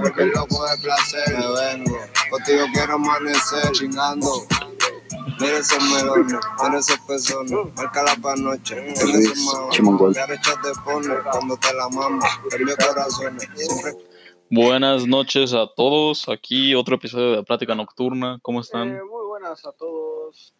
porque el loco de placer. Me vengo, contigo quiero amanecer chingando. Mira esos melones, mira esos pezones, márcala pa' noche. Mira Luis esos maones, Chimangol. qué arrecha te pone cuando te la mama. Cambio corazones, siempre Buenas noches a todos. Aquí otro episodio de Plática Nocturna. ¿Cómo Eh, están? muy buenas a todos.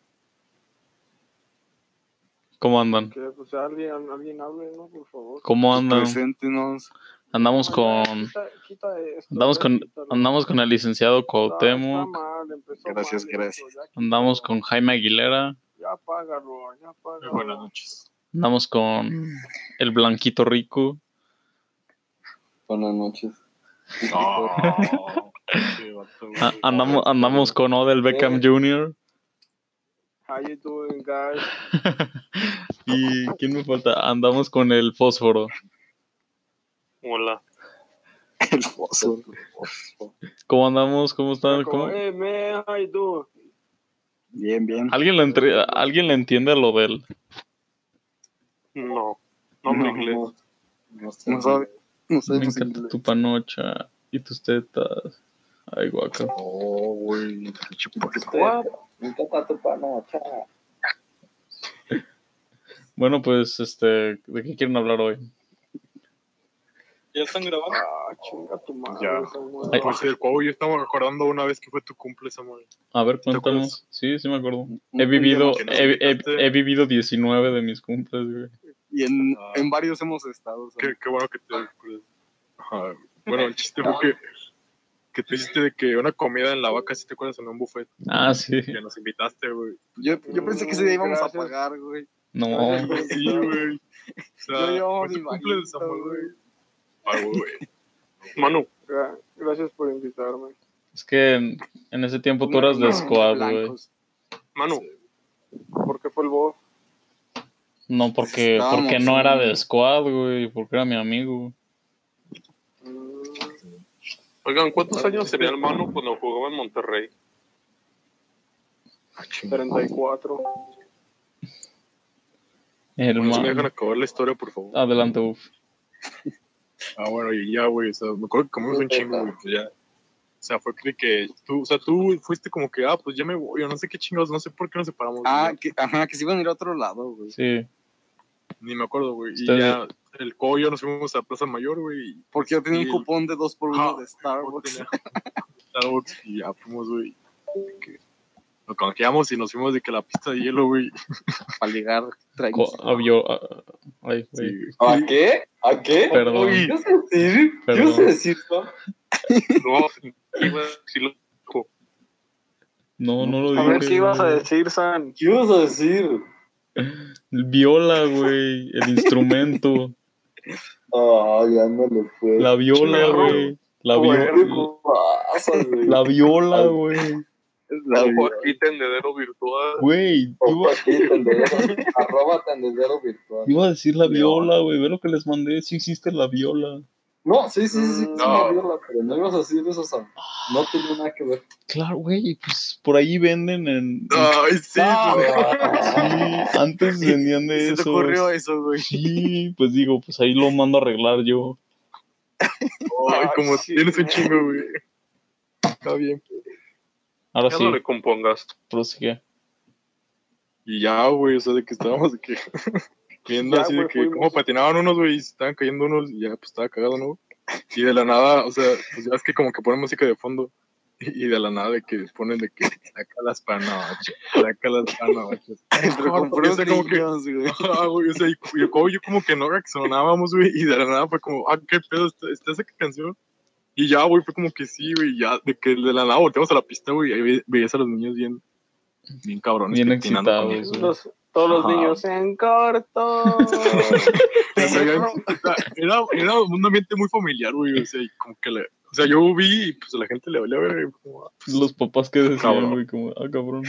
¿Cómo andan? Que pues alguien, alguien hable, ¿no? Por favor. ¿Cómo Pues, andan? Preséntenos. Andamos con Quita- quita esto, andamos ya, con quítalo. andamos con el licenciado Está- Cuauhtémoc, está mal, empezó Gracias, mal esto, gracias. ya quítalo. andamos con Jaime Aguilera, Ya apágalo, ya apágalo. Buenas noches. andamos con el Blanquito Rico. Buenas noches. No. pinche vato, güey. a- andamos andamos con Odell Eh. Beckham Jr. How you doing, guys? y ¿quién me falta? Andamos con el Fósforo. Hola. El foso. ¿Cómo andamos? ¿Cómo están? Como, ¿Cómo? hey, man, how you doing? Bien, bien. ¿Alguien le, entre- ¿Alguien le entiende lo del? No. No hablo inglés. No, no sabe. No Me sabemos encanta inglés. tu panocha y tus tetas. Ay, guaca. Oh, güey. pinche puerco. What? Bueno, pues, este, ¿de qué quieren hablar hoy? ¿Ya están grabando? Ah, chinga tu madre. Ya. Samuel. Ay. Pues el Cuau, yo estaba recordando una vez que fue tu cumple, Samuel. A ver, acuerdas? cuéntanos. Sí, sí me acuerdo. Un- He un vivido, que día nos he, he- invitaste. he vivido 19 de mis cumples, güey. Y en, en varios hemos estado. o sea, Qué, qué bueno que te recuerdas. Ajá. Bueno, el chiste fue que, que tú hiciste de que una comida en la vaca, si te acuerdas, en un buffet, Ah, sí. que nos invitaste, güey. Yo, yo pensé que ese día íbamos Gracias. a pagar, güey. No. Gracias. Sí, güey. O sea, Yo llevaba fue mi tu cumple de vaquita, Samuel, güey. güey. Ay, Ah, güey. Manu, Gra- Gracias por invitarme. Es que en, en ese tiempo tú eras de Unos squad, güey. blancos. Manu, ¿Por qué fue el voz? No, porque, Estábamos, porque no era de sí. squad, güey. Porque era mi amigo. Mm, oigan, ¿cuántos años tenía el Manu cuando jugaba en Monterrey? 34. No se me Hermano. dejan acabar la historia, por favor. Adelante, uf. Ah, bueno, y ya, güey, o sea, me acuerdo que comimos un chingo, güey, que ya. O sea, fue de que tú, o sea, tú fuiste como que, ah, pues ya me voy, o no sé qué chingados, no sé por qué nos separamos. Ah, güey, que, ajá, que se iban a ir a otro lado, güey. Sí. ni me acuerdo, güey. Y Ustedes- ya el co y yo nos fuimos a Plaza Mayor, güey, y Porque yo tenía Y un el- cupón de 2 por 1 Ah, de Starbucks. Starbucks, y ya fuimos, güey. que Lo canjeamos y nos fuimos de que a la pista de hielo, güey. para ligar. Co- Traemos. había- ah, ay, Sí, güey. güey. ¿A qué? ¿A qué? Perdón. Uy, Yo sé decir, Perdón. yo sé decir, ¿no? no, sí, güey, sí lo- No, no lo A ver dije, qué ibas a güey. decir, San. ¿Qué ibas a decir? Viola, güey. El instrumento. Ay, ándale, pues. La viola, Chingado. güey. La, Como viola. el ¿Qué pasa, güey? La viola, güey. La vida. Ojo aquí, tendedero virtual. Güey, Ojo iba, aquí, tendedero, arroba tendedero virtual. iba a decir la Viola. viola, güey. Ve lo que les mandé. Sí existe la viola. No, sí, sí, sí, sí, Mm, sí, no. me viola, pero no ibas a decir eso, Sam. No tenía nada que ver. Claro, güey. Pues por ahí venden en. Ay, sí, pues, güey. Ah, Sí, antes vendían de Se te eso. ocurrió eso, güey. Sí, pues digo, pues ahí lo mando a arreglar yo. Ay, como sí. tienes un chingo, güey. Está bien. Ahora Ya sí, no le compongas. prosigue. Y ya, güey, o sea, de que estábamos de que viendo Ya, así güey, de que fuimos. como patinaban unos, güey, y se estaban cayendo unos, y ya, pues estaba cagado, ¿no? Y de la nada, o sea, pues ya es que como que ponen música de fondo, y de la nada de que ponen de que saca las panochas, saca las panochas. Pero con Porque puros está como que- grillos, güey. Ah, güey, o sea, y, y yo, como- yo como que no reaccionábamos, güey, y de la nada fue como, ah, qué pedo, ¿está, está esa canción? Y ya, güey, fue como que sí, güey, ya, de que de la nada volteamos a la pista, güey, y ahí ve- veías a los niños bien, bien cabrones. Bien patinando con excitados, güey. Pues Los- todos los Ajá. niños en corto. O sea, ya- o sea, era, era un ambiente muy familiar, güey. O sea, y como que la- o sea, yo vi y pues a la gente le valía ver. y como, ah, Los papás que decían, Cabrón. güey, como, ah, cabrón.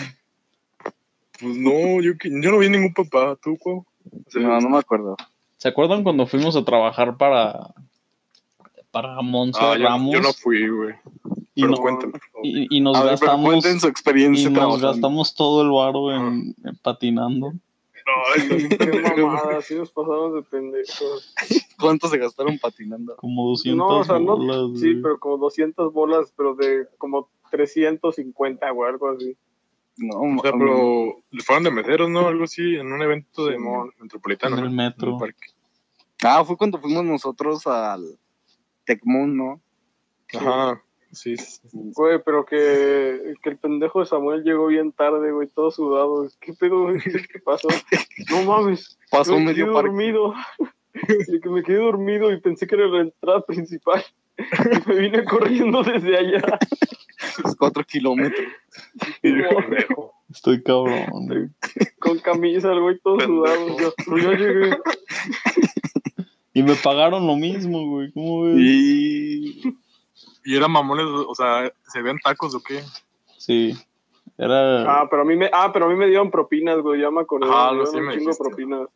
Pues no, yo, que- yo no vi ningún papá, tú, Cuau? O sea, ah, No, no me acuerdo. ¿Se acuerdan cuando fuimos a trabajar para. para Monza ah, yo, Ramos? yo no fui, güey. y, Pero no- cuéntame. por favor. y- y nos A ver, pero gastamos. cuenten su Y experiencia nos trabajando. Ah. gastamos todo el varo en, en patinando. Qué mamada, así nos pasamos de pendejos. ¿Cuánto se gastaron patinando? Como 200 No, o sea, no. bolas, Sí, güey. pero como 200 bolas, pero de como 350 o algo así. No, O sea, mames. pero fueron de meseros, ¿no? Algo así, en un evento de Simón. metropolitano. En el ¿no? metro. En un parque. Ah, fue cuando fuimos nosotros al Tecmoon, ¿no? Ajá, sí. sí. Güey, pero que, que el pendejo de Samuel llegó bien tarde, güey, todo sudado. ¿Qué pedo, güey? ¿Qué pasó? No mames. Pasó me quedé medio parque. dormido. Y que me quedé dormido y pensé que era la entrada principal. Y me vine corriendo desde allá. cuatro kilómetros. Estoy cabrón, güey. Con camisa, el güey, todo sudado. Yo, pero yo llegué. Y me pagaron lo mismo, güey. ¿Cómo ves? Y ¿Y eran mamones? O sea, ¿se veían tacos o qué? Sí. Era. Ah, pero a mí me, ah, pero a mí me dieron propinas, güey, ya me acordé. Ah, me sí dieron me un chingo dijiste. propinas.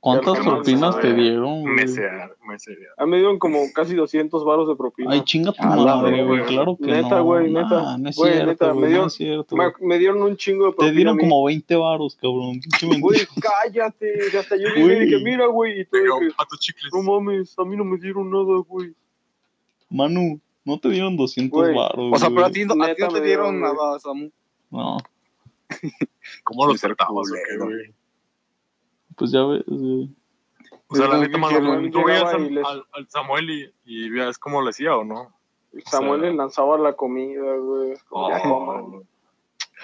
¿Cuántas ya lo que propinas más, te eh, dieron, güey? Mesear, mesear. A mí me dieron como casi 200 varos de propinas. Ay, chinga tu A la madre, verga, güey. güey. Claro que no. Neta, güey, nah, neta. No es Güey, cierto, neta, me güey. No dieron- es cierto. me, güey. me dieron un chingo de propinas. Te dieron como 20 varos, cabrón. Pinche Güey, mentira. cállate. Hasta yo llegué y dije, Güey. mira, güey. Y tú Pero dije, patos chicles. no mames, a mí no me dieron nada, güey. Manu, no te dieron 200 Güey. varos. o sea, pero a güey. ti, no- a ti Neta no te me dieron dieron, nada, Samu. No, ¿Cómo los Sí, pero tratabas o qué, culero. güey? pues ya ves, güey. O sea, la Pero neta, que mano, Samuel tú veías llegaba al, y les- al- al Samuel y, y veías cómo lo hacía o no. Samuel sea- Oh, les lanzaba la comida, güey. Ya, no mames.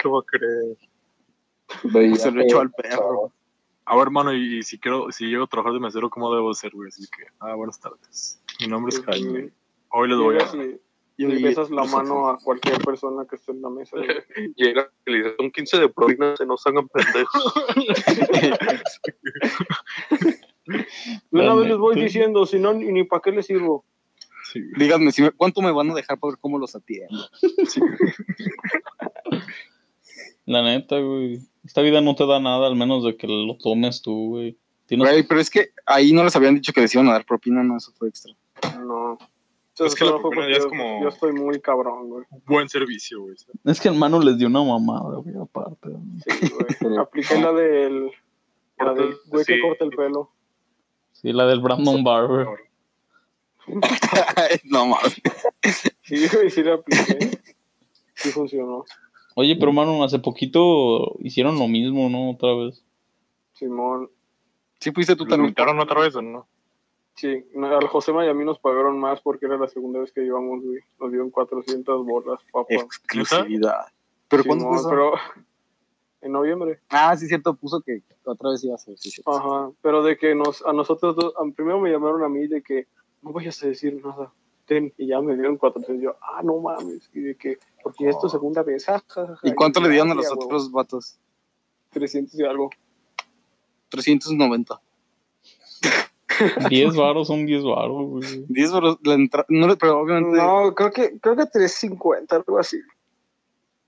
¿Qué va a creer? Veía Se lo echó al que- perro. A ver, hermano, y, y si quiero, si llego a trabajar de mesero, ¿cómo debo ser, güey? Así que, ah, buenas tardes. Mi nombre es Jaime. Hoy les voy a... Llegas y- y le besas la mano a cualquier persona que esté en la mesa. güey. Llega y le dice, son 15 de propinas, se nos hagan pendejos. De una La vez les voy neta. diciendo, si no, ni, ni para qué les sirvo. Sí, güey. Díganme, si me- ¿cuánto me van a dejar para ver cómo los atiendo? La neta, güey. Esta vida no te da nada, al menos de que lo tomes tú, güey. Tienes- Güey, pero es que ahí no les habían dicho que les iban a dar propina, no, eso fue extra. No. Es que la no fue propina porque ya es yo- como- Yo estoy muy cabrón, güey. Buen servicio, güey. Es que el Manu les dio una mamada, güey, aparte. güey. Sí, güey. Apliqué la del... La del güey que Sí. corta el pelo. Sí, la del Brandon Barber. no mames. Sí, güey, sí la apliqué. Sí funcionó. Oye, pero Manu, hace poquito hicieron lo mismo, ¿no? Otra vez. Simón. Sí, fuiste tú ¿Lo también. invitaron otra vez o no? Sí, no, al José y a mí nos pagaron más porque era la segunda vez que íbamos, güey. Nos dieron 400 bolas, papá. Exclusividad. ¿Pero cuándo fue Simón, eso? pero- en noviembre. Ah, sí, cierto, puso que otra vez iba a ser. sí, cierto. Ajá. Pero de que nos, a nosotros dos, a- primero me llamaron a mí de que no vayas a decir nada. Ten, y ya me dieron 400. Yo, ah, no mames. Y de que, porque es tu segunda vez. ja, ja, ja, ja. ¿Y cuánto le dieron a ya, los güey, otros vatos? 300 y algo. 390. 10 varos son 10 varos, güey. 10 euros la entrada. No, le- pero obviamente. No, creo que, creo que 350, algo así.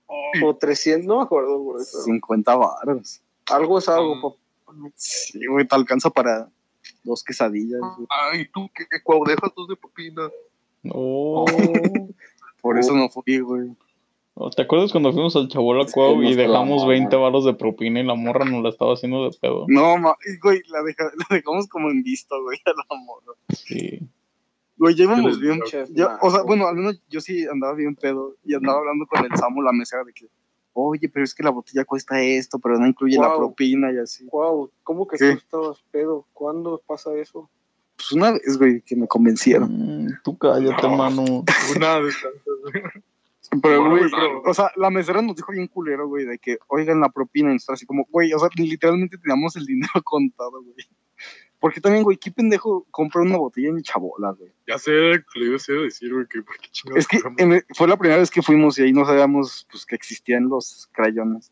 Oh. O 300, no me acuerdo, güey. pero 50 baros. Algo es algo, Mm. papá. Sí, güey, te alcanza para dos quesadillas. Ah. güey. Ay, tú, que cuau, dejas dos de propina. No. Por eso no fui, güey. ¿Te acuerdas cuando fuimos al Chabola Cuau y nos dejamos clavamos. 20 varos de propina y la morra nos la estaba haciendo de pedo? No, ma- güey, la, deja- la dejamos como en visto, güey, a la morra. Sí. Güey, ya íbamos bien. Chef, ya- nah, o sea, güey. bueno, al menos yo sí andaba bien pedo y andaba hablando con el Samu, la mesera, de que, oye, pero es que la botella cuesta esto, pero no incluye la Wow. propina y así. Wow, ¿cómo que Sí. tú estabas pedo? ¿Cuándo pasa eso? Pues una vez, güey, que me convencieron. Mm, tú cállate, No. Manu. Una de tantas. Pero, Bueno, güey, claro. o sea, la mesera nos dijo bien culero, güey, de que, oigan, la propina, y nosotros así como, güey, o sea, literalmente teníamos el dinero contado, güey. Porque también, güey, qué pendejo compra una botella en chabola, güey. Ya sé lo que le deseo decir, güey, que por qué chingados. Es que fueron. en- fue la primera vez que fuimos y ahí no sabíamos, pues, que existían los crayones.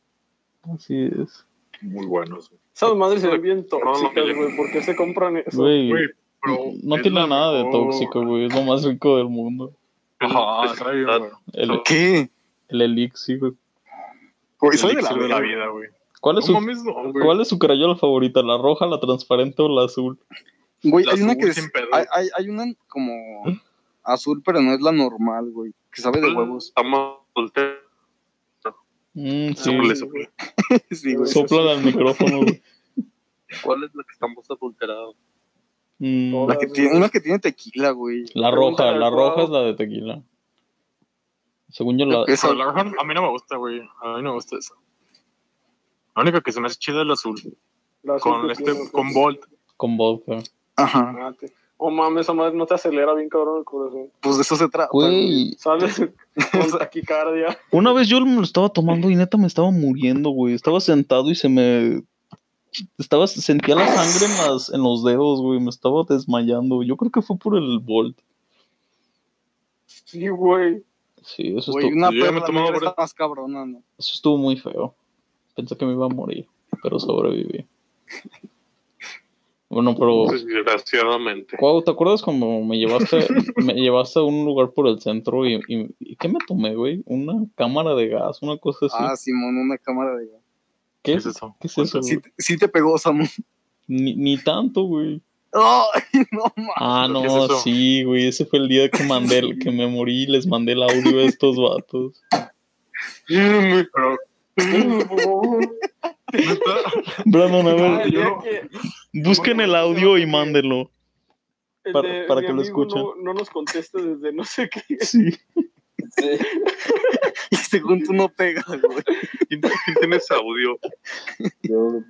Así es. Muy buenos, güey. Esas madres se ven bien no, tóxicas, no, güey. ¿Por qué se compran eso? Pues, Güey, Güey, pero no es tiene la nada de mejor- tóxico, güey. Es lo más rico del mundo. Ajá, está bien, güey. El, ¿Qué? el elixir. güey. Güey, El soy de la, elixir de la vida. vida, güey. ¿Cuál es No su, mames, no, güey. ¿cuál es su crayola favorita? ¿La roja, la transparente o la azul? Güey, La hay una azul que es, sin pedo. ¿Eh? hay, hay, hay una como Ah. azul, pero no es la normal, güey, que sabe de huevos. Estamos solteros. Mm, sí. Súplele, sí, súplele. Sí, güey. Sopla al micrófono, güey. ¿Cuál es la que estamos adulterados? Mm, La que tiene, una que tiene tequila, güey. la roja, Pregúntale la al roja Cuau. es la de tequila. Según yo, la. Esa- Pero la verdad, a mí no me gusta, güey. A mí no me gusta esa. La única que se me hace chida es la azul. La Con, azul que este, tiene, con pues, Bolt. Con vodka. Ajá. mate. Oh mames, esa madre no te acelera bien cabrón el corazón. Pues de eso se trata. Güey, Sales con taquicardia. una vez yo me lo estaba tomando y neta me estaba muriendo, güey. Estaba sentado y se me. Estaba, sentía la sangre en, las, en los dedos, güey. Me estaba desmayando. Yo creo que fue por el Volt. Sí, güey. Sí, eso, Güey, estuvo, una Pues Yo ya me he perla tomado negra varias- está más cabrona, ¿no? eso estuvo muy feo. Pensé que me iba a morir, pero sobreviví. Bueno, pero. Pues Desgraciadamente. Cuau, ¿te acuerdas cuando me llevaste, me llevaste a un lugar por el centro y, y, y qué me tomé, güey? Una cámara de gas, una cosa así. Ah, Simón, una cámara de... ¿Qué, ¿Qué es es eso? ¿Qué es eso? Sí, güey? te- sí te pegó, Samu. Ni, ni tanto, güey. ¡Ay, no, mames! Ah, ¿pero no, qué es eso? sí, güey. Ese fue el día que mandé, el- que me morí y les mandé el audio a estos vatos. Pero, ¿neta? Brandon, a Ay, ver, Ah, yo- busquen el audio y mándenlo. El Para- de para mi que lo amigo escuchen. No, no nos contesta desde no sé qué. Sí. Sí. Y según tú no pegas, güey. ¿Quién, quién tiene ese audio? Yo,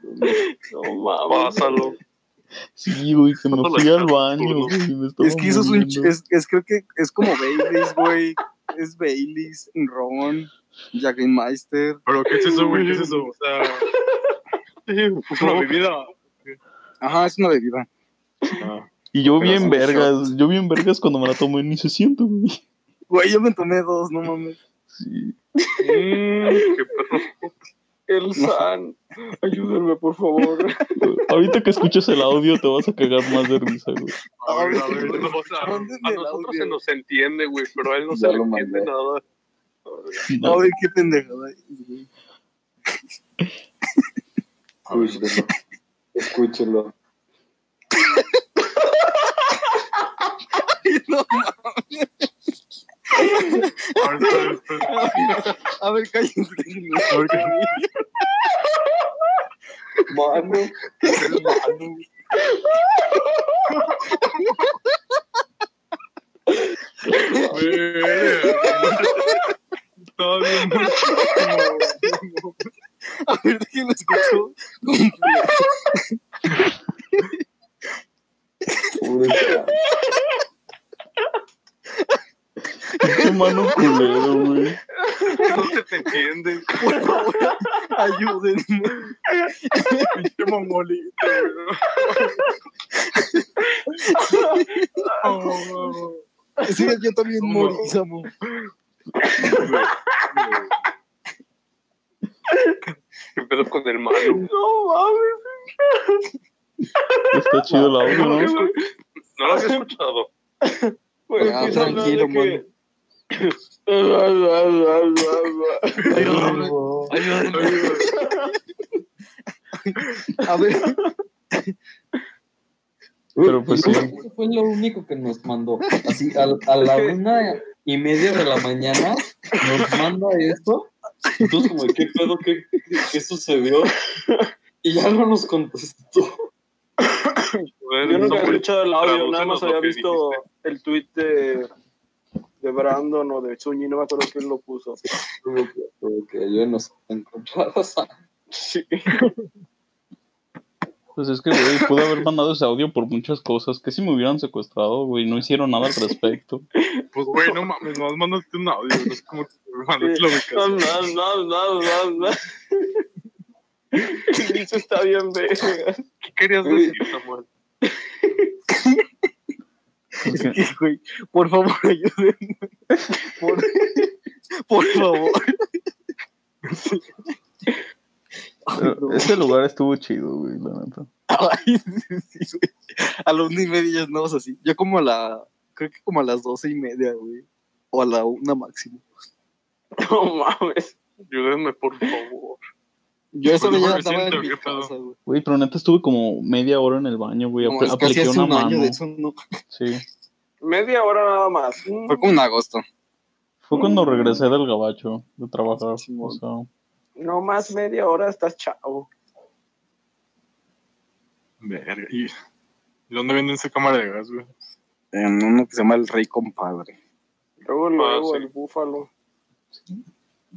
No mames. Pásalo. Sí, güey, que me Solo fui la- al baño, todo. güey. me estaba Es que eso es un... muriendo. ch- Es, es creo que es como Baileys, güey. Es Baileys, Ron, Jagenmeister. ¿Pero qué es eso, güey? ¿Qué es eso? O sea, es una bebida. Ajá, es una bebida. Y yo bien un vergas, yo bien vergas cuando me la tomé ni se siento, güey. Güey, yo me tomé dos, no mames. Sí. Mm, qué perro. El San. Ayúdenme, por favor. Ahorita que escuches el audio te vas a cagar más de risa, güey. A ver, a ver, Ay, no, o sea, A Mándenme el nosotros audio. se nos entiende, güey, pero a él no Ya se le lo entiende mandé. nada. No. A ver, qué pendejada. escúchelo. Escúchelo. a ver, espera, espera. A ver, cállense. A ver, ¿qué- Mano, eres mano. Estaba bien mucho. A ver, déjenlo escucho. Pobre chaval. Qué mano culero, güey. No se te entiende. Por favor, ayúdenme. Pinche mongolito, güey. Oh, Sí, yo también morí, Samu. ¿Qué pedo con el malo? No mames. Está chido el audio, No, ¿no? eso- no lo había escuchado. Güey, Ah, Ya, empieza a hablar tranquilo, de que- Ayúdame. A ver, Pero pues sí. Eso fue lo único que nos mandó. Así a, a la una y media de la mañana nos manda esto. Entonces, como, ¿qué pedo? ¿Qué, qué sucedió? Y ya no nos contestó. Yo nunca había Sobre- escuchado el audio, nada Tradúcenos más lo había que visto el tweet de, de Brandon o de Zuñi, no me acuerdo quién lo puso. Como que- como que yo nos encontramos. Sí. Pues es que, güey, pude haber mandado ese audio por muchas cosas. Que si me hubieran secuestrado, güey, no hicieron nada al respecto. Pues, güey, no mames, nos mandaste un audio. No es como que mandaste la No, ubicación. no, no, no, no, no. El bicho está bien, verga. ¿Qué querías decir, Samuel? Es que- güey, por favor, ayúdenme. Por, por favor. pero ese lugar estuvo chido, güey, la neta. Ay, sí, sí, güey. A la una y media ya andamos así. Yo como a la, creo que como a las doce y media, güey. O a la una máximo. No mames. Ayúdenme, por favor. Yo esa Pues, ya mejor me estaba siento, en mi ¿qué pedo? casa, güey. Güey, pero neta estuve como media hora en el baño, güey. No, apl- es que así apliqué hace una un año mano. de eso, no. Sí. Media hora nada más. Fue como en agosto. Fue cuando regresé del gabacho de trabajar. Simón. o sea, No más media hora estás chavo. Verga. ¿Y dónde venden esa cámara de gas, güey? En uno que se llama El Rey Compadre. Ah, Luego, luego sí. el búfalo.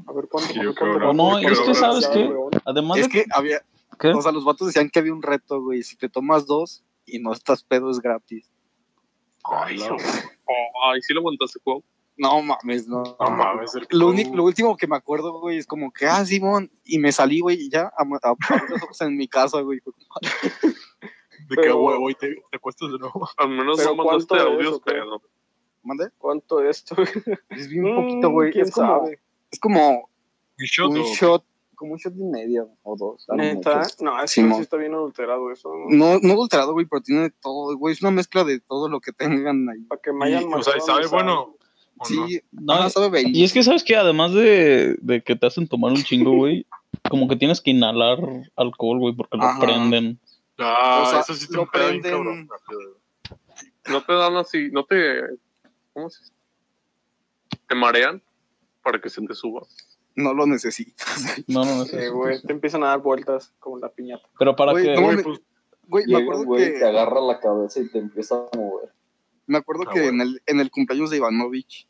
A ver cuánto. Sí, cuánto- yo creo, cuánto- ¿no? cuánto- No, es que, cuánto- ¿sabes qué? weón. Además Es de que había, ¿Qué? o sea, los vatos decían que había un reto, güey. Si te tomas dos y no estás pedo, es gratis. Ay, oh, ay, sí lo montaste, Cuau. No mames, no. No mames, el Lo, Cuau. único, lo último que me acuerdo, güey, es como que, ah, Simón, y me salí, güey, y ya a, a- a abrir los ojos en mi casa, güey. De que, Pero- güey, güey, te, te acuestas de nuevo. Al menos Pero no mandaste ¿cuánto es, audios, o qué? pero ¿Mande? ¿Cuánto esto? Es bien poquito, güey. ¿Quién Es como, sabe? es como Y shot, un o- shot, como un shot y medio o dos. a lo Neta. mucho. No, es que Simón. sí está bien adulterado eso. ¿no? No, no adulterado, güey, pero tiene de todo, güey. Es una mezcla de todo lo que tengan ahí. Para que me y, hayan o sea, ¿y matado, ¿sabe no bueno? ¿O no? Sí, no, no, sabe bailar. y es que sabes que además de, de que te hacen tomar un chingo, güey, como que tienes que inhalar alcohol, güey, porque lo Ajá. prenden. Ah, o sea, eso sí te lo un pedo bien prenden- cabrón. no te dan así, no te. ¿Cómo se dice? Te marean para que se te suba. No lo necesitas. No, no, no es Sí, eso. güey, te empiezan a dar vueltas como la piñata. Pero para Güey, que no Güey, me- pues, Güey, me Llega un acuerdo güey y te que, agarra la cabeza y te empieza a mover. me acuerdo Ah, que bueno. en, el, en el cumpleaños de Ivanovich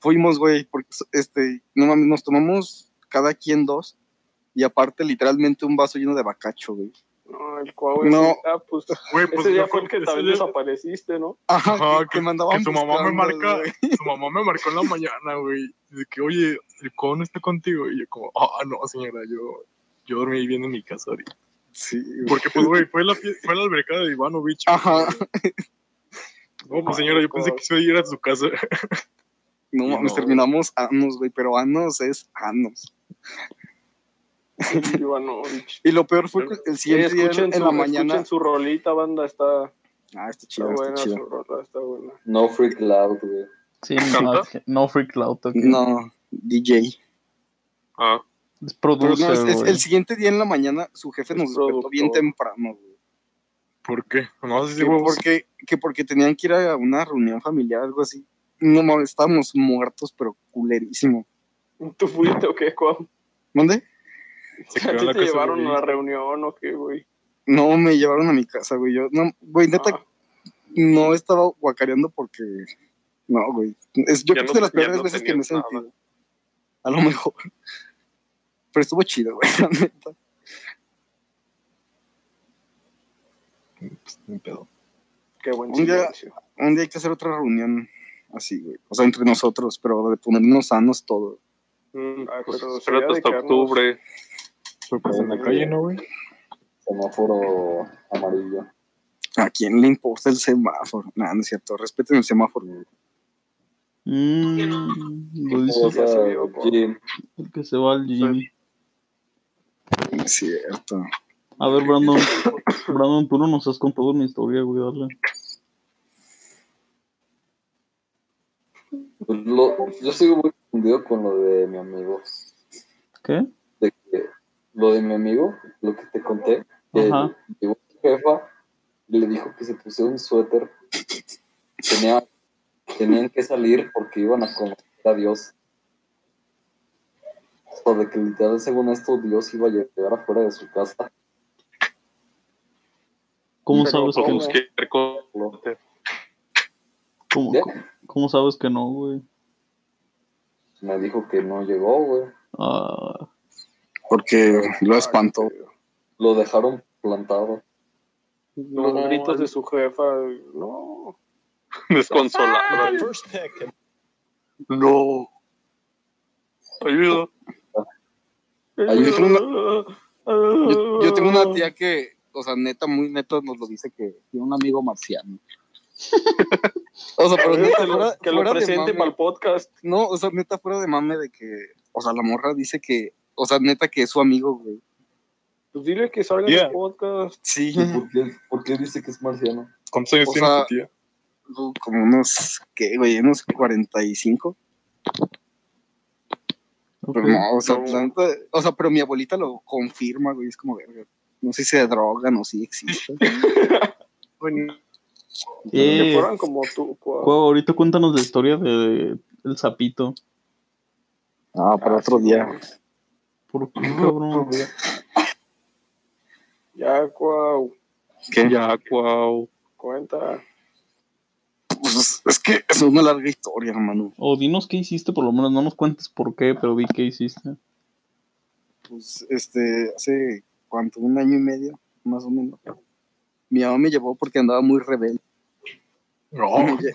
fuimos, güey, porque este, no mames, nos tomamos cada quien dos y aparte literalmente un vaso lleno de bacacho, güey. No, el cuau. es- No. Ah, pues. güey, pues, Ese día me fue el acuerdo- que ese también día- desapareciste, ¿no? Ajá, Ajá, que, que- que me andaban que tu mamá me buscando, marca. güey. su mamá me marcó en la mañana, güey. De que, oye, el cuau no está contigo. Y yo, como, ah, no, señora, yo, yo dormí bien en mi casa ahorita. Sí, güey. Porque, pues, güey, fue la, fie- fue la albercada de Ivanovich. Ajá. No, pues, señora, yo pensé que se iba a ir a su casa. No Y mames, no. terminamos anos, güey, pero anos es anos. Ivanovich. Y lo peor fue que el Sí, siguiente día escuchen, en su, la mañana. escuchen su rolita, banda. Está, Ah, está está chido, está buena su chido. rola, está buena. No freak loud, güey. sí, ¿Canta? no, no freak out, ok. No, DJ. Ah, es Pero no, producer, es- es- güey. el siguiente día en la mañana su jefe Es nos despertó productor. bien temprano, güey. ¿Por qué? No sé si, Que güey, pues, porque, que porque tenían que ir a una reunión familiar, algo así. No mames, estábamos muertos, pero culerísimo. ¿Tú fuiste o qué, Cuau? ¿Dónde? se ¿A ti quedó en la te casa. llevaron de- a la reunión o qué, güey? No, me llevaron a mi casa, güey. Yo, no, güey, neta, Ah, no estaba guacareando porque. No, güey. Es, yo Ya creo que no- es de las ya peores no veces que me he tenías nada. sentido. A lo mejor. Pero estuvo chido, güey, la neta. Pues, ni pedo. qué buen Un día- silencio. Un día hay que hacer otra reunión así, güey. O sea, entre nosotros, pero de ponernos sanos todo. Mm, ah, pues pero sería espérate de hasta quedarnos- octubre. Fue, pues, en la calle, ¿no, güey? Semáforo amarillo. ¿A quién le importa el semáforo? Nada, no es cierto. Respeten el semáforo, güey. Mm, lo dice O sea, se vio, po. sí, el que se va al gym. No Es cierto. A ver, Brandon, Brandon, tú no nos has contado una historia, güey, dale. pues, lo- yo sigo muy confundido con lo de mi amigo. ¿Qué? De que, lo de mi amigo, lo que te conté. que Ajá. Llegó su jefa y le dijo que se pusiera un suéter. Tenía- tenían que salir porque iban a conocer a Dios. O sea, de que literal, según esto, Dios iba a llegar afuera de su casa. ¿Cómo Pero, sabes que ¿cómo? no? Cualquier cosa. Lo- ¿Cómo, ¿Ya? cómo- cómo sabes que no, güey? Me dijo que no llegó, güey. Ah, Porque lo espantó. Lo dejaron plantado. Los gritos de su jefa. No. Desconsolado. No. Ayuda. Ahí yo tengo Yo, yo tengo una tía que, o sea, neta, muy neta, nos lo dice que tiene un amigo marciano. o sea, pero neta, que lo, fuera, que lo fuera de presente mame. para el podcast. No, o sea, neta, fuera de mame de que, o sea, la morra dice que, o sea, neta, que es su amigo, güey. Pues dile que salga en Yeah. el podcast. Sí, ¿Y ¿Por qué, por qué dice que es marciano? ¿Cuántos años O tiene sea- tu tía? como unos, ¿qué, güey? Unos 45. ok. Pero Pues no, o sea, No. la neta, o sea, pero mi abuelita lo confirma, güey, es como, verga. No sé si se drogan o si existe. Que Eh, fueran como tú. cua- Cuau, ahorita cuéntanos la historia de, el sapito. Ah, para otro día. ¿Por qué, cabrón? Ya, cuau. ¿Qué? Ya, wow. Cuenta. Pues, es que es una larga historia, hermano. O dinos qué hiciste, por lo menos no nos cuentes por qué, pero di qué hiciste. Pues, este, hace cuánto, un año y medio, más o menos. Mi mamá me llevó porque andaba muy rebelde. No, Me lle-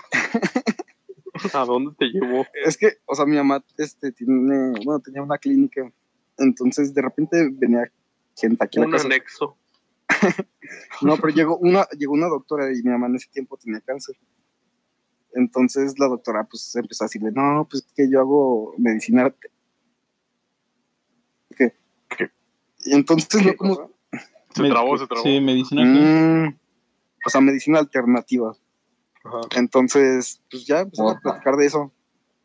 ¿a dónde te llevó? Es que, o sea, mi mamá este, tiene, bueno, tenía una clínica. Entonces, de repente venía gente aquí a la Un casa. anexo. No, pero llegó una, llegó una doctora y mi mamá en ese tiempo tenía cáncer. Entonces la doctora pues empezó a decirle, no, pues que yo hago medicina. te- ¿Qué? ¿Qué? Y entonces no como... Se Me- trabó, se trabó. Sí, medicina. qué? Mm, o sea, medicina alternativa. Ajá. Entonces, pues ya empezamos Opa. a platicar de eso.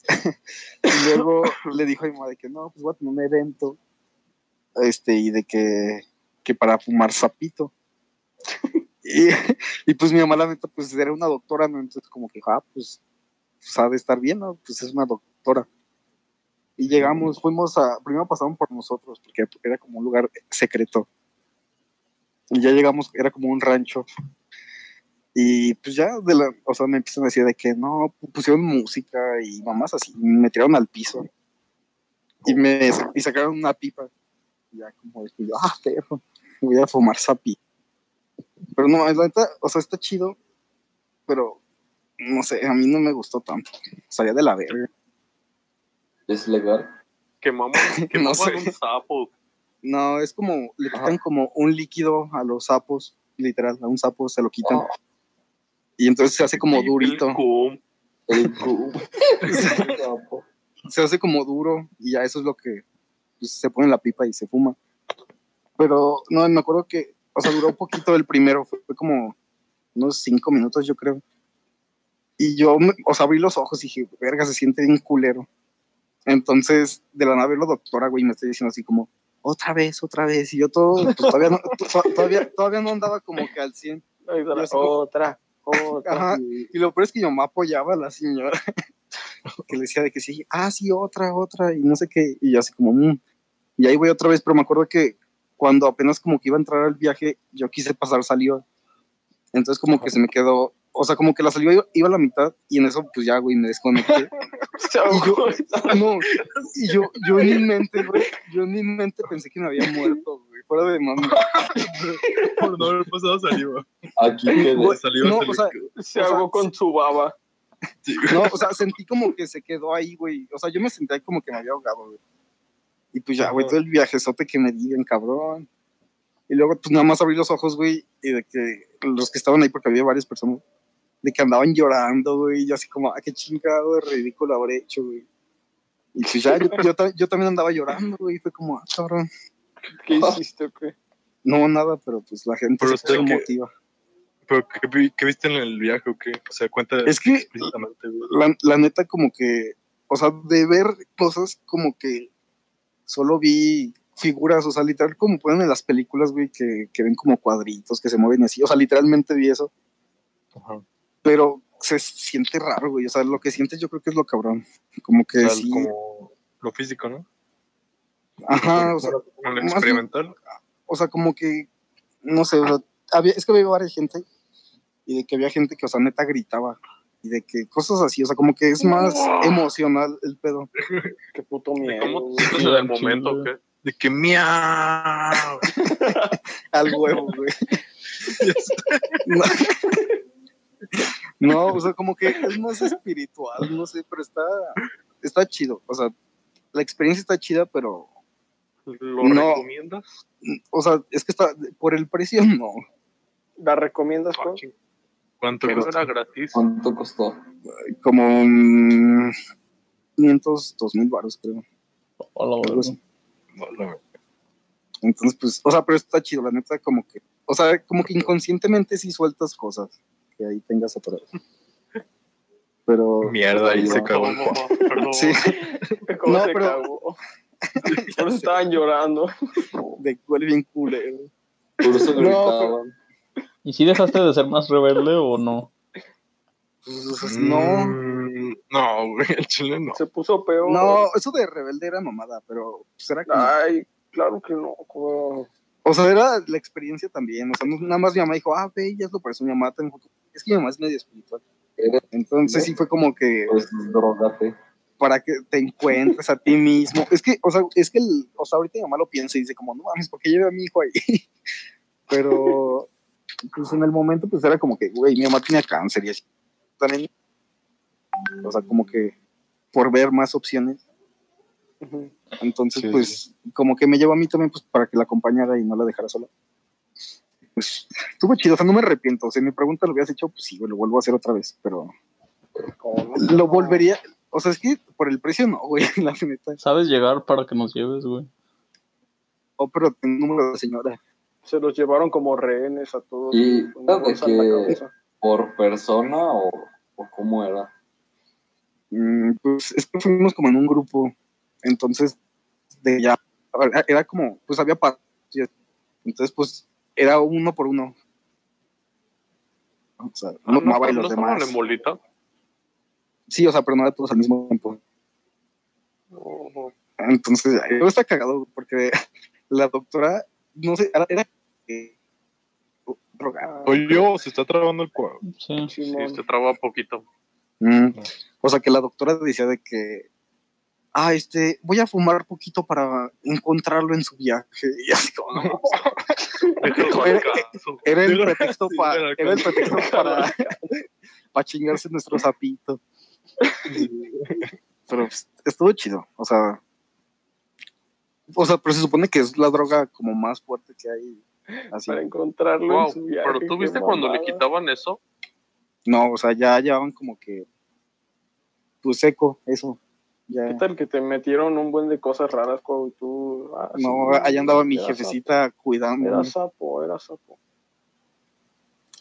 y luego le dijo a mi mamá de que no, pues voy a tener un evento. Este, y de que, que para fumar sapito. y, y pues mi mamá, la neta, pues era una doctora, ¿no? Entonces, como que, ah, pues, pues ha de estar bien, ¿no? Pues es una doctora. Y llegamos, fuimos a. Primero pasaron por nosotros, porque era como un lugar secreto. Y ya llegamos, era como un rancho. Y pues ya, de la, o sea, me empiezan a decir de que no, pu- pusieron música y mamás así, me tiraron al piso. Y me sa- y sacaron una pipa. Y ya como de que yo, ah, perro, voy a fumar sapi. Pero no, la neta, o sea, está chido, pero no sé, a mí no me gustó tanto. Salía de la verga. Es legal. Quemamos, No quemamos sé. un sapo. No, es como, le quitan como un líquido a los sapos, literal, a un sapo se lo quitan. Ah. Y entonces se hace como Y durito. el cum. El cu- Guapo. se hace como duro y ya eso es lo que pues, se pone en la pipa y se fuma. Pero no, me acuerdo que, o sea, duró poquito el primero, fue, fue como unos cinco minutos, yo creo. Y yo, me- o sea, abrí los ojos y dije, verga, se siente bien culero. Entonces, de la nave, la doctora, güey, me está diciendo así como, otra vez, otra vez. Y yo todo, pues, todavía, no, to- todavía, todavía no andaba como que al 100. Ahí está la Yo sí- otra, otra. Ajá. Y lo peor es que mi mamá apoyaba a la señora, que le decía de que sí, ah, sí, otra, otra, y no sé qué, y yo así como, "Mm". y ahí voy otra vez, pero me acuerdo que cuando apenas como que iba a entrar al viaje, yo quise pasar saliva, entonces como que se me quedó, o sea, como que la saliva iba, iba a la mitad, y en eso pues ya, güey, me desconecté. Y yo, no, y yo, yo en mi mente, güey, yo en mi mente pensé que me había muerto, güey, fuera de mami. Por no haber pasado saliva. Aquí quedé. Saliva, No, saliva. o sea, Se O sea, ahogó con su baba. No, o sea, sentí como que se quedó ahí, güey. O sea, yo me sentía como que me había ahogado, güey. Y pues ya, güey, todo el viajezote que me di, bien cabrón. Y luego, pues nada más abrí los ojos, güey, y de que los que estaban ahí, porque había varias personas, de que andaban llorando, güey, y yo así como, ah, qué chingado de ridículo habré hecho, güey. Y pues ya, yo, yo ta- yo también andaba llorando, güey, fue como, ah, cabrón. ¿Qué hiciste, o qué? No, nada, pero pues la gente Pero se puso usted que- emotiva. ¿Pero qué, vi- qué viste en el viaje o qué? O sea, cuenta Es que explícitamente, güey. la, la neta como que, o sea, de ver cosas como que solo vi figuras, o sea, literal como ponen en las películas, güey, que, que ven como cuadritos, que se mueven y así, o sea, literalmente vi eso, Ajá. pero se siente raro, güey, o sea, lo que sientes yo creo que es lo cabrón, como que O sea, sí, como lo físico, ¿no? ajá, Ah, o sea, Como lo Más- experimental. o sea, como que, no sé, o sea, había, es que había varias gente y de que había gente que, o sea, neta gritaba y de que cosas así, o sea, como que es más emocional el pedo. Qué puto miedo. ¿Cómo te güey. sientes en el momento? o qué? De que miau. Al huevo, güey. No. No, o sea, como que es más espiritual, no sé, pero está, está chido. O sea, la experiencia está chida, pero, ¿Lo No. recomiendas? o sea, es que está, por el precio no. ¿La recomiendas, Ah, Juan? ching, ¿Cuánto Pero cuesta? era gratis. ¿Cuánto costó? Como mm, 500, 2000 baros, creo. Hola, algo hola. así. Entonces, pues, o sea, pero está chido, la neta, como que, o sea, como que inconscientemente sí sueltas cosas que ahí tengas atorado. Pero, pues, Mierda, ahí se No. cagó No, el no, Juan. no, perdón. sí, ¿Cómo No, se pero- cagó? Por eso estaban llorando. de huele bien culero. Por eso No, gritaban. ¿Y si dejaste de ser más rebelde o no? Pues, o sea, no. Mm, No, güey, el chile no. Se puso peor. Ah. No, eso de rebelde era mamada, pero pues era como, Ay, Claro que no, güey. O sea, era la experiencia también. O sea, no- nada más mi mamá dijo, ah, ve, ya es lo persona, mi mamá también dijo, Es que mi mamá es medio espiritual. Eres, Entonces sí fue como que pues, drogate. para que te encuentres a ti mismo. Es que, o sea, es que, el- o sea, ahorita mi mamá lo piensa y dice como, no mames, ¿por qué llevé a mi hijo ahí? Pero, pues en el momento, pues era como que, güey, mi mamá tenía cáncer y así. También, o sea, como que por ver más opciones. Ujú. Entonces, Sí, pues, como que me llevó a mí también, pues, para que la acompañara y no la dejara sola. Pues, estuvo chido, o sea, no me arrepiento. O sea, me pregunta lo hubieras hecho, pues sí, güey, lo vuelvo a hacer otra vez, pero ¿Cómo? lo volvería. O sea, es que por el precio no, güey, la neta. Sabes llegar para que nos lleves, güey. Oh, pero tengo número de señora. Se los llevaron como rehenes a todos. Y con era de bolsa en la que cabeza. por persona o, o cómo era. Mm, pues es que fuimos como en un grupo. Entonces, de ya. era- Era como, pues había pa- Entonces, pues era uno por uno. O sea, uno Ah, no, tomaba y no los estaban demás. en bolita. Sí, o sea, pero no era todos al mismo tiempo. Ujú. Entonces, yo está cagado porque la doctora, no sé, era. era eh, drogada. Oye, yo, se está trabando el cuadro. Sí. Sí, Simón. se traba poquito. Mm. O sea, que la doctora decía de que, ah, este, voy a fumar poquito para encontrarlo en su viaje. Y así como, no, Déjalo Era- al caso. era el Pero- pretexto, sí, pa- era el era el pretexto para, para chingarse nuestro sapito. Pero pues, estuvo chido, o sea. O sea, pero se supone que es la droga como más fuerte que hay. Así. Para encontrarlo en Wow, su viaje, pero tú qué viste cuando le mamada. quitaban eso. No, o sea, ya llevaban como que. Tu seco, eso. Ya. ¿Qué tal que te metieron un buen de cosas raras cuando tú... ah, No, sí, allá andaba mi era jefecita sapo, cuidando. Era sapo, era sapo.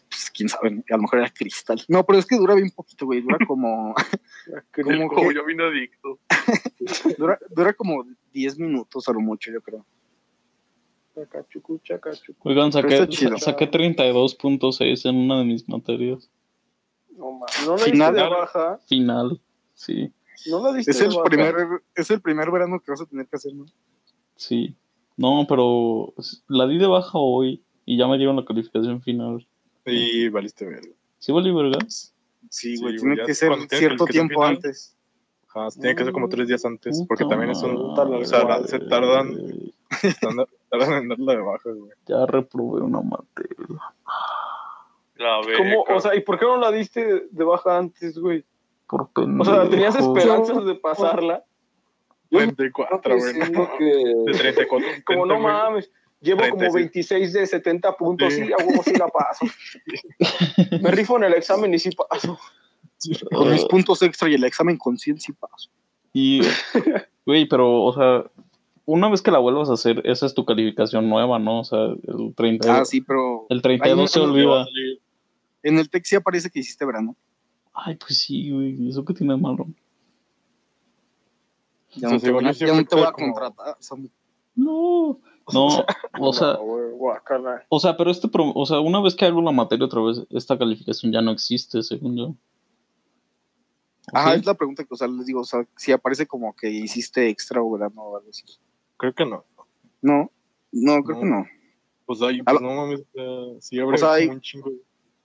pues, quién sabe, ¿no? a lo mejor era cristal. No, pero es que dura bien poquito, güey. Dura como, Era Como Como, que- yo vine adicto. dura, dura como 10 minutos a lo mucho, yo creo. Chaca, chucu, chaca, chucu. Oigan, Pero saqué, está chido. sa- saqué 32.6 en una de mis materias. No, ma, no la Final. diste de baja. Final. Sí, No la diste Es de el baja. primer, es el primer verano que vas a tener que hacer, ¿no? sí. No, pero s- la di de baja hoy y ya me dieron la calificación final. Y valiste verlo. ¿Sí, Bolí, verga? Sí, Sí, güey, güey, tiene ya que ser cuando tienes cierto calificación tiempo final. antes. Ajá, Ah, se tiene que ser como tres días antes, Pues, porque Puta también es un... madre, o sea, la- se güey. tardan- Tardan tardan en darla de baja, güey. Ya reprobé una materia. La beca. ¿Cómo? O sea, ¿y por qué no la diste de baja antes, güey? Por O Mm, sea, ¿tenías pendejo. esperanzas de pasarla? Yo 34, güey. Siento ¿no? que De 34. Como no 30, güey. mames. Llevo como 36. 26 de 70 puntos. Sí, Sí. a huevo sí la paso. Me rifo en el examen y sí paso. Con Eh. mis puntos extra y el examen con 100 sí paso. Y, güey, pero, o sea, una vez que la vuelvas a hacer, esa es tu calificación nueva, ¿no? O sea, el 30, Ah, sí, pero el Ahí 32 no- se no te olvida. en el TEC sí aparece que hiciste verano. Ay, pues sí, güey, ¿eso qué tiene de malo? Ya O sea, no te según van a- yo sí ya no te afecta voy a como- contratar. o sea, No, no, o sea, No, güey, guácala. o sea, pero este, pro- o sea, una vez que hago la materia otra vez, esta calificación ya no existe, según yo. ¿O Ajá, sí? es la pregunta que, o sea, les digo, o sea, si aparece como que hiciste extra o verano o algo así. Creo que no. No, no, creo No. que no. Pues ahí, A lo- pues no mames, eh, sí habrá O sea, como hay- un chingo.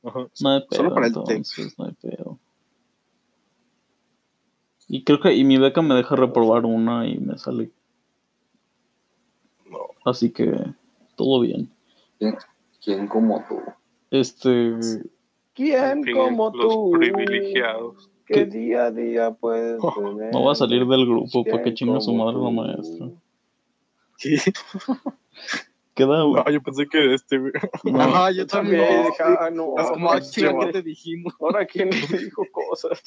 Ajá. No hay pedo, Solo para el entonces, no hay pedo. Y creo que, y mi beca me deja reprobar una y me sale. No. Así que, todo bien. quien como tú. Este, ¿Quién En fin, como los tú? privilegiados. Que día a día puedes Oh, tener. no va a salir del grupo para que ¿Quién chinga su como madre la tú? maestra. Sí. Queda, güey. No, yo pensé que este, güey. No. Ajá, yo También, también. ah, no, Es como, ah, qué chinga, chido. ¿qué te dijimos? Ahora quién le dijo cosas.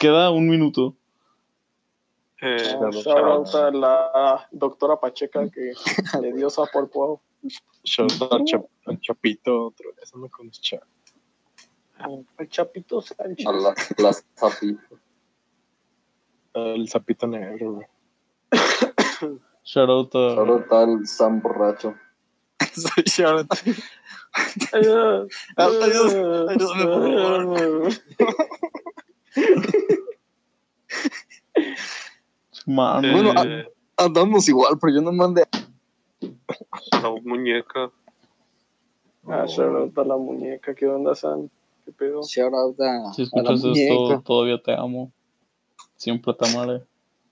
Queda un minuto. Eh, Ah, Shout shout out. out a la doctora Pacheca que le dio sapo al pueblo. Shout out al Chap- al Chapito, otra vez ando con los Chap. Al Chapito Sánchez. A la- las zapitas. El Zapito Negro, güey. Shout out a- Ahora tal San Borracho. Soy Sharon. Ayúdame, Ayúdame, ayúdame, Mami. Bueno, a- Andamos igual, pero yo no mandé. la muñeca. Ah, Charlotte, la muñeca. ¿Qué onda, San? ¿Qué pedo? Shout out a, Si a la escuchas muñeca. esto, todavía te amo. Siempre te amaré.